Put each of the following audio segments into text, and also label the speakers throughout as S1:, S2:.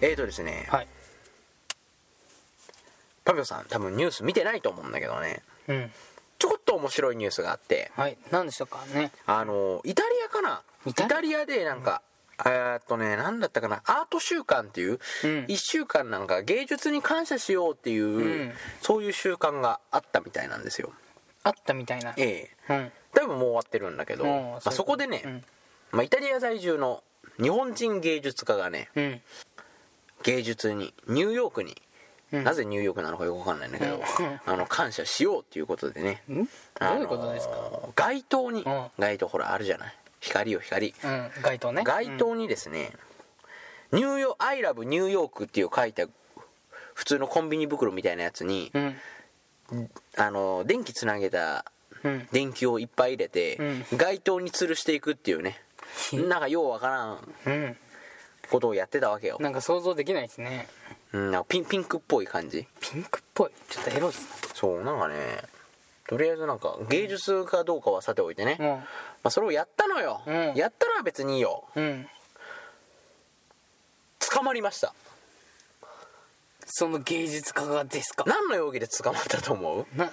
S1: えーとですね、
S2: はい
S1: パピオさん多分ニュース見てないと思うんだけどね
S2: うん
S1: ちょこっと面白いニュースがあって
S2: はい何でしたかね
S1: あのイタリアかな
S2: イ
S1: イ
S2: タ
S1: タ
S2: リ
S1: リアでなんか、えーっとね何だったかなアート週間っていう、
S2: うん
S1: 1週間なんか芸術に感謝しようっていう、
S2: ん
S1: そういう習慣があったみたいなんですよ
S2: あったみたいな
S1: ええ
S2: うん
S1: 多分もう終わってるんだけど、
S2: うん
S1: まあ、そこでね、
S2: うん
S1: まあ、イタリア在住の日本人芸術家がね
S2: うん
S1: 芸術にニューヨークに、
S2: うん
S1: なぜニューヨークなのかよくわかんないんだけど、
S2: うん
S1: あの感謝しようっていうことでね、
S2: んどういうことです
S1: あ
S2: か
S1: のー街灯に、
S2: うん
S1: 街灯ほらあるじゃない光よ光
S2: うん街灯ね
S1: 街
S2: うん
S1: 灯にですね「ニューヨアイラブニューヨーク」っていう書いた普通のコンビニ袋みたいなやつに、
S2: うん
S1: あのー電気つなげた
S2: うん
S1: 電球をいっぱい入れて、街灯に吊るしていくっていう ねなんかようわからん
S2: うん
S1: ことをやってたわけよ、
S2: なんか想像できないですね
S1: うん、なんかピンピンクっぽい感じ
S2: ピンクっぽいちょっとエロいっす
S1: そうなんかねとりあえずなんか芸術かどうかはさておいてね、ま
S2: ね
S1: あ、それをやったのよ、
S2: うん
S1: やったら別にいいよ
S2: うんうん
S1: 捕まりました
S2: その芸術家がですか
S1: 何の容疑で捕まったと思う
S2: な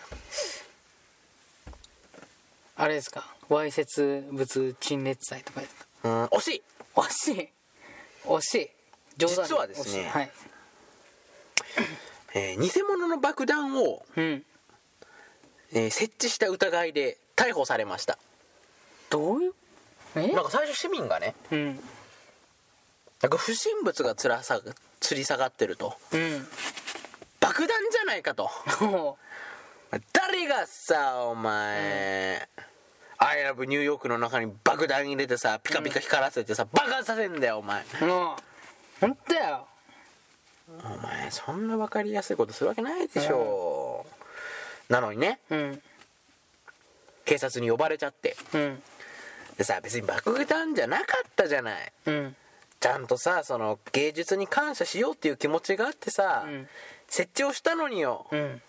S2: あれですかわいせつ物陳列罪とかですか
S1: うん惜しい
S2: 惜しい惜しい冗談
S1: 実はですね
S2: 惜しいはい
S1: えー偽物の爆弾を、
S2: うん
S1: えー設置した疑いで逮捕されました
S2: どういうえ
S1: なんか最初市民がね
S2: うん
S1: なんか不審物がつらさ吊り下がってると
S2: う
S1: 爆弾じゃないかと
S2: んも
S1: 誰がさお前「アイラブニューヨーク」の中に爆弾入れてさピカピカ光らせてさ爆発させんだよお前
S2: うもう本当よ
S1: お前そんな分かりやすいことするわけないでしょなのにね
S2: うん
S1: 警察に呼ばれちゃって
S2: うん
S1: でさ別に爆弾じゃなかったじゃない
S2: うん
S1: ちゃんとさその芸術に感謝しようっていう気持ちがあってさ、
S2: うん
S1: 設置をしたのによ
S2: うん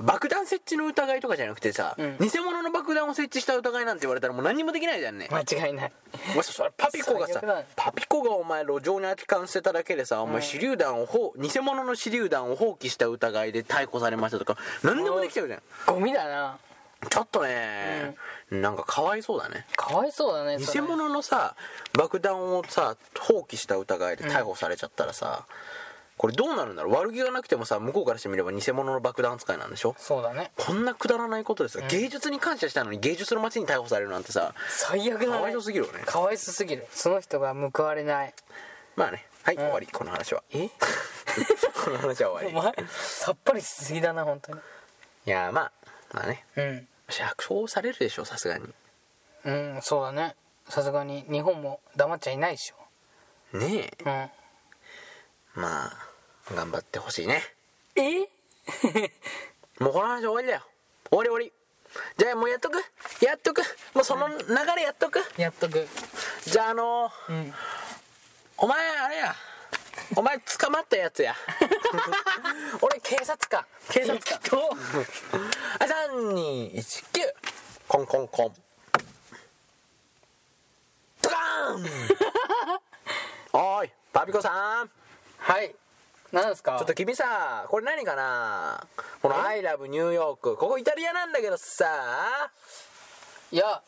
S1: 爆弾設置の疑いとかじゃなくてさ、
S2: うん
S1: 偽物の爆弾を設置した疑いなんて言われたらもう何にもできないじゃんね、
S2: 間違いない
S1: お前そそれパピコがさ
S2: 最悪だ
S1: パピコがお前路上に空き缶捨てただけでさお
S2: うん
S1: 前手榴弾をほう偽物の手榴弾を放棄した疑いで逮捕されましたとか何でもできちゃうじゃん
S2: ゴミだな
S1: ちょっとね、なんかかわいそうだね
S2: かわいそうだねそ
S1: 偽
S2: れ
S1: 物のさ爆弾をさ放棄した疑いで逮捕されちゃったらさ、これどうなるんだろう悪気がなくてもさ向こうからしてみれば偽物の爆弾扱いなんでしょ
S2: そうだね
S1: こんなくだらないことですよ、芸術に感謝したのに芸術の街に逮捕されるなんてさ
S2: 最悪だね
S1: かわいそうすぎるよね
S2: かわいそうすぎるその人が報われない
S1: まあねはい、終わりこの話は
S2: え
S1: この話は終
S2: お
S1: わり
S2: 前さっぱりしすぎだな本当に
S1: いやまあまあね
S2: うん
S1: 釈放されるでしょさすがに
S2: うんそうだねさすがに日本も黙っちゃいないでしょ
S1: ねえ
S2: うん
S1: まあ頑張ってほしいね
S2: え
S1: もうこの話終わりだよ終わり終わりじゃあもうやっとくやっとくもうその流れやっとく
S2: やっとく
S1: じゃああのー
S2: うん
S1: お前あれやお前捕まったや つや俺警察官警察官
S2: と
S1: あ3219コンコンコンドカー ンおーいパピコさんち
S2: はいなんですか
S1: ょっと君さこれ何かなこの「アイラブニューヨーク」ここイタリアなんだけどさ
S2: いや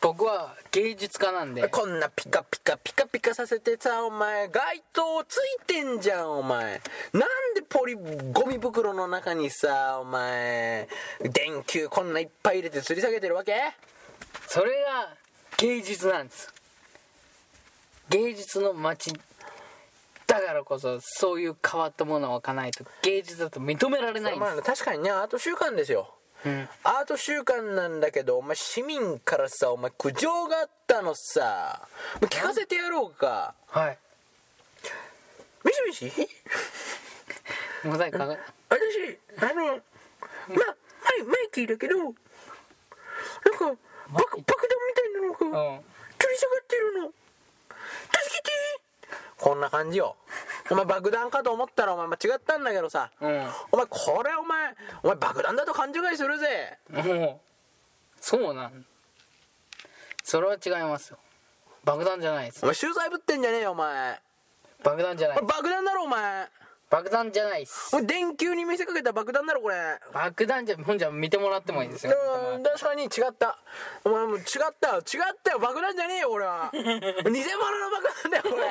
S2: 僕は芸術家なんで
S1: こんなピカピカピカピカさせてさお前街灯ついてんじゃんお前なんでポリゴミ袋の中にさお前電球こんないっぱい入れて吊り下げてるわけ
S2: それが芸術なんです芸術の街だからこそそういう変わったものを置かないと芸術だと認められないんで
S1: まあ確かにねアート習慣ですよ
S2: す、うん、
S1: アート習慣なんだけどお前市民からさお前苦情があったのさもう聞かせてやろうか
S2: はい
S1: ミシミシ
S2: モザイクかかる
S1: 私あのまマイマイキーだけどなんか爆爆弾みたいなのが
S2: う
S1: 吊
S2: ん
S1: り下がってるの助けてこんな感じよお前爆弾かと思ったらお前間違ったんだけどさ、
S2: うん
S1: お前これお前お前爆弾だと勘違いするぜ
S2: もうそうなんそれは違いますよ爆弾じゃないです
S1: お前秀才ぶってんじゃねえよお前
S2: 爆弾じゃない
S1: これ爆弾だろお前
S2: 爆弾じゃないっす
S1: これ電球に見せかけた爆弾だろこれ
S2: 爆弾じゃもんじゃ見てもらってもいいですよ、
S1: うん確かに違ったお前もう違った違ったよ爆弾じゃねえよ俺 は偽物の爆弾だよこれ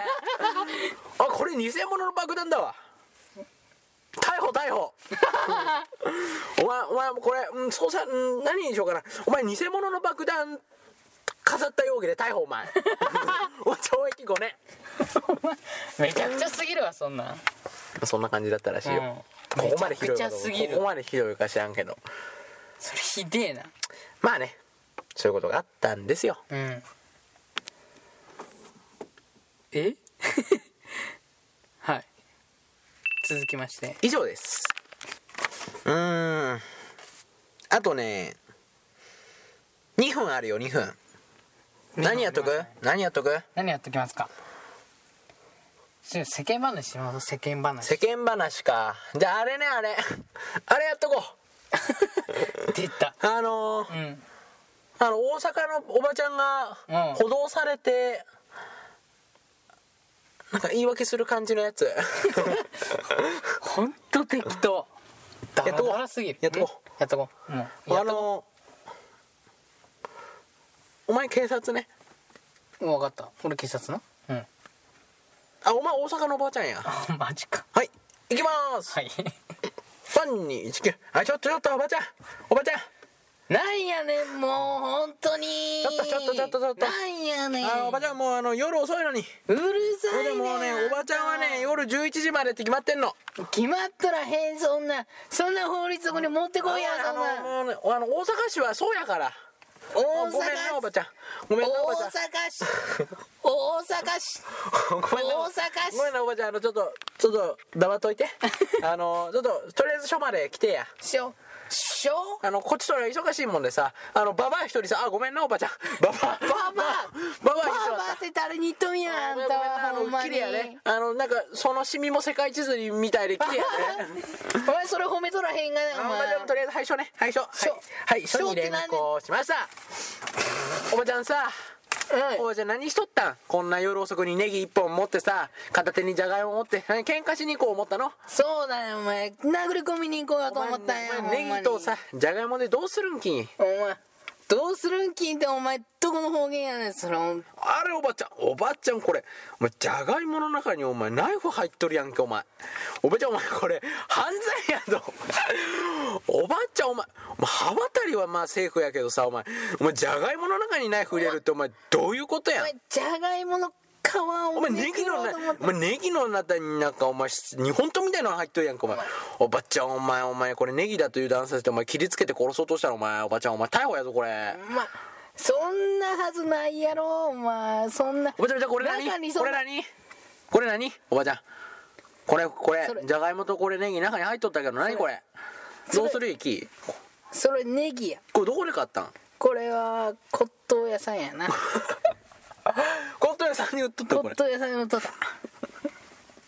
S1: あこれ偽物の爆弾だわ逮捕逮 捕お前お前もこれ、うん、捜査、うん、何にしようかなお前偽物の爆弾飾った容疑で逮捕お 前お前懲役5年
S2: めちゃくちゃすぎるわそんなん
S1: そんな感じだったらしいよ、
S2: うん
S1: ここまでひどいか
S2: めちゃくちゃすぎる
S1: ここまでひどいか知らんけど
S2: それひでえな
S1: まあねそういうことがあったんですよ
S2: うんえ はい続きまして
S1: 以上ですうーんあとね2分あるよ2分何やっとく何やっとく
S2: 何やっときますかちょ世間話します世間話
S1: 世間話かじゃああれねあれ あれやっとこう
S2: 出た
S1: あのー
S2: うん
S1: あの大阪のおばちゃん
S2: うん
S1: が補導されて、なんか言い訳する感じのやつ
S2: ほんと適当ダ
S1: やっとこう
S2: ラダラすぎる
S1: やっとこ
S2: うんやっとこうもうや
S1: あ
S2: っとこ
S1: のお前警察ね
S2: う分かった俺警察なうん
S1: あお前大阪のおばちゃんや
S2: あ マジか
S1: はい行きます
S2: はい
S1: 3219あちょっとちょっとおばちゃんおばちゃん
S2: なんやねんもう本当に
S1: ちょっとちょっとちょっとちょっと
S2: なんやねん
S1: あおばちゃんもうあの夜遅いのに
S2: うるさ
S1: そ
S2: い
S1: れで
S2: ね
S1: もうねおばちゃんはね夜11時までって決まってんの
S2: 決まっとらへんそんなそんな法律そこに持ってこいや
S1: あ
S2: そん
S1: の
S2: な
S1: もうねあの大阪市はそうやから
S2: 大
S1: ご
S2: 阪
S1: めんなおばちゃんごめんなおばちゃん
S2: 市大阪市
S1: ごめんな
S2: 大阪市
S1: ごめんなおばちゃんあのちょっとちょっと黙っといて あのちょっととりあえず署まで来てや
S2: しょしょ
S1: あのこっちとら忙しいもんでさあのババア一人さあごめんなおばちゃんババア
S2: ババ
S1: ババ
S2: バ
S1: ア言っちま
S2: バって誰に言っとんやあんたはほんま
S1: 綺
S2: に
S1: 麗やねあのなんかそのシミも世界地図みたいで綺麗やね
S2: お前それ褒めとらへんが
S1: あ
S2: なお
S1: おばちゃんと
S2: 前
S1: りあえず配所ね配所
S2: 書
S1: はいはい書
S2: 書っ
S1: に
S2: て
S1: 連
S2: 何
S1: 行しましたおばちゃんさおばちゃん何しとったんこんな夜遅くにネギ一本持ってさ片手にじゃがいも持って何喧嘩しに行こう思ったの
S2: そうだよお前殴り込みに行こうかと思ったんや
S1: お
S2: ほんま
S1: 前
S2: に
S1: ネギとさじゃがいもでどうするんきん
S2: お前どうするん聞いてお前どこの方言やねんそれ
S1: あれおばちゃんおばちゃんこれお前じゃがいもの中にお前ナイフ入っとるやんけお前おばちゃんお前これ犯罪やぞおばちゃんお前お前刃渡りはまあセーフやけどさお前お前じゃがいもの中にナイフ入れるってお前どういうことや
S2: お
S1: ん
S2: 前じゃがいもの皮
S1: お
S2: を
S1: 前
S2: め
S1: ネ
S2: く
S1: ギの
S2: ろう
S1: な
S2: と思っ
S1: お前ネギの中になんかお前日本刀みたいなの入っとるやんかお前おばちゃんお前お前これネギだという断させてお前切りつけて殺そうとしたのお前おばちゃんお前逮捕やぞこれ
S2: たまそんなはずないやろお前そんな
S1: おばちゃんおばちゃんこれ
S2: 中
S1: 何
S2: にそ
S1: これ
S2: んな
S1: 何これ何おばちゃんこれこれ
S2: それ
S1: じゃがいもとこれネギ中に入っとったけど何これ
S2: そ
S1: ど
S2: れ
S1: うするき
S2: それネギや
S1: これどこで買ったん
S2: これは骨董屋さん やな
S1: コットン屋さんに売っとったこ
S2: 骨
S1: れ
S2: 董屋さんのとった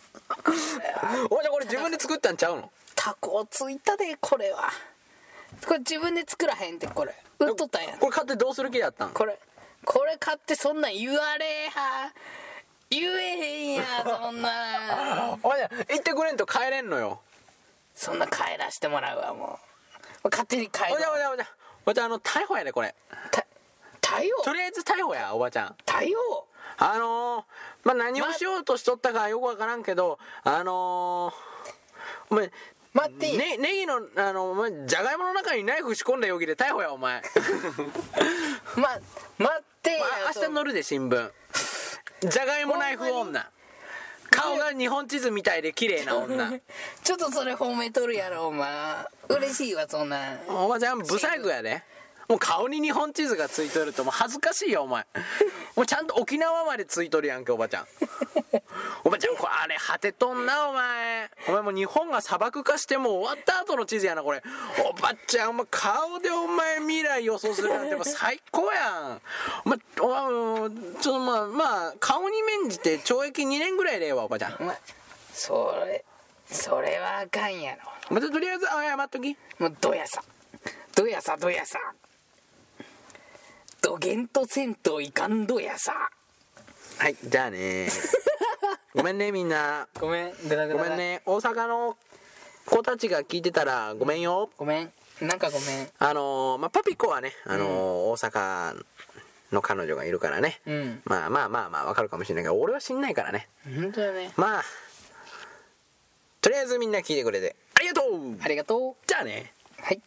S1: おばちゃんこれ自分で作ったんちゃうの
S2: タコついたでこれはこれ自分で作らへんってこれ売っとったんや
S1: これ買ってどうする気やったん
S2: これこれ買ってそんなん言われは言えへんやそ んな
S1: おばちゃん行ってくれんと帰れんのよ
S2: そんな帰らしてもらうわもう勝手に帰
S1: おばちゃんおば
S2: る
S1: ちゃんおばちゃんおばちゃんあの逮捕やねこれ
S2: た対応
S1: とりあえず逮捕やおばちゃん
S2: 対応
S1: あのー、まあ何をしようとしとったかよくわからんけどあのー、お前
S2: 待っていい、
S1: ね、ネギのあのお前じゃがいもの中にナイフ仕込んだ容疑で逮捕やお前
S2: ま待っていいや
S1: あ
S2: そ
S1: 明日載るで新聞じゃがいもナイフ
S2: ほん
S1: 女顔が日本地図みたいで綺麗な 女
S2: ちょっとそれ褒めとるやろお前嬉しいわそんなん
S1: おばちゃんブサイクやでもう顔に日本地図がついとるともう恥ずかしいよお前もうちゃんと沖縄までついとるやんけおばちゃんおばちゃんこれあれ果てとんなお前お前もう日本が砂漠化してもう終わった後の地図やなこれおばちゃんお前顔でお前未来予想するなんてもう最高やんお前お前もうちょっとまあまあ顔に免じて懲役2年ぐらいでええわおばちゃん
S2: お前それそれはあかんやろ
S1: おばちゃんとりあえず謝っとき
S2: もうどやさどやさどやさどげんと銭湯いかんどやさ
S1: はいじゃあねごめんねみんな
S2: ごめんグダグ
S1: ご
S2: ダだ
S1: めんね大阪の子たちが聞いてたらごめんよ
S2: ごめんなんかごめん
S1: あのーまあパピコはね、あのー大阪の彼女がいるからね、
S2: うん
S1: まあまあまあまあわかるかもしれないけど俺は知んないからね
S2: 本当だね
S1: まあとりあえずみんな聞いてくれてありがとう
S2: ありがとう
S1: じゃあね
S2: はい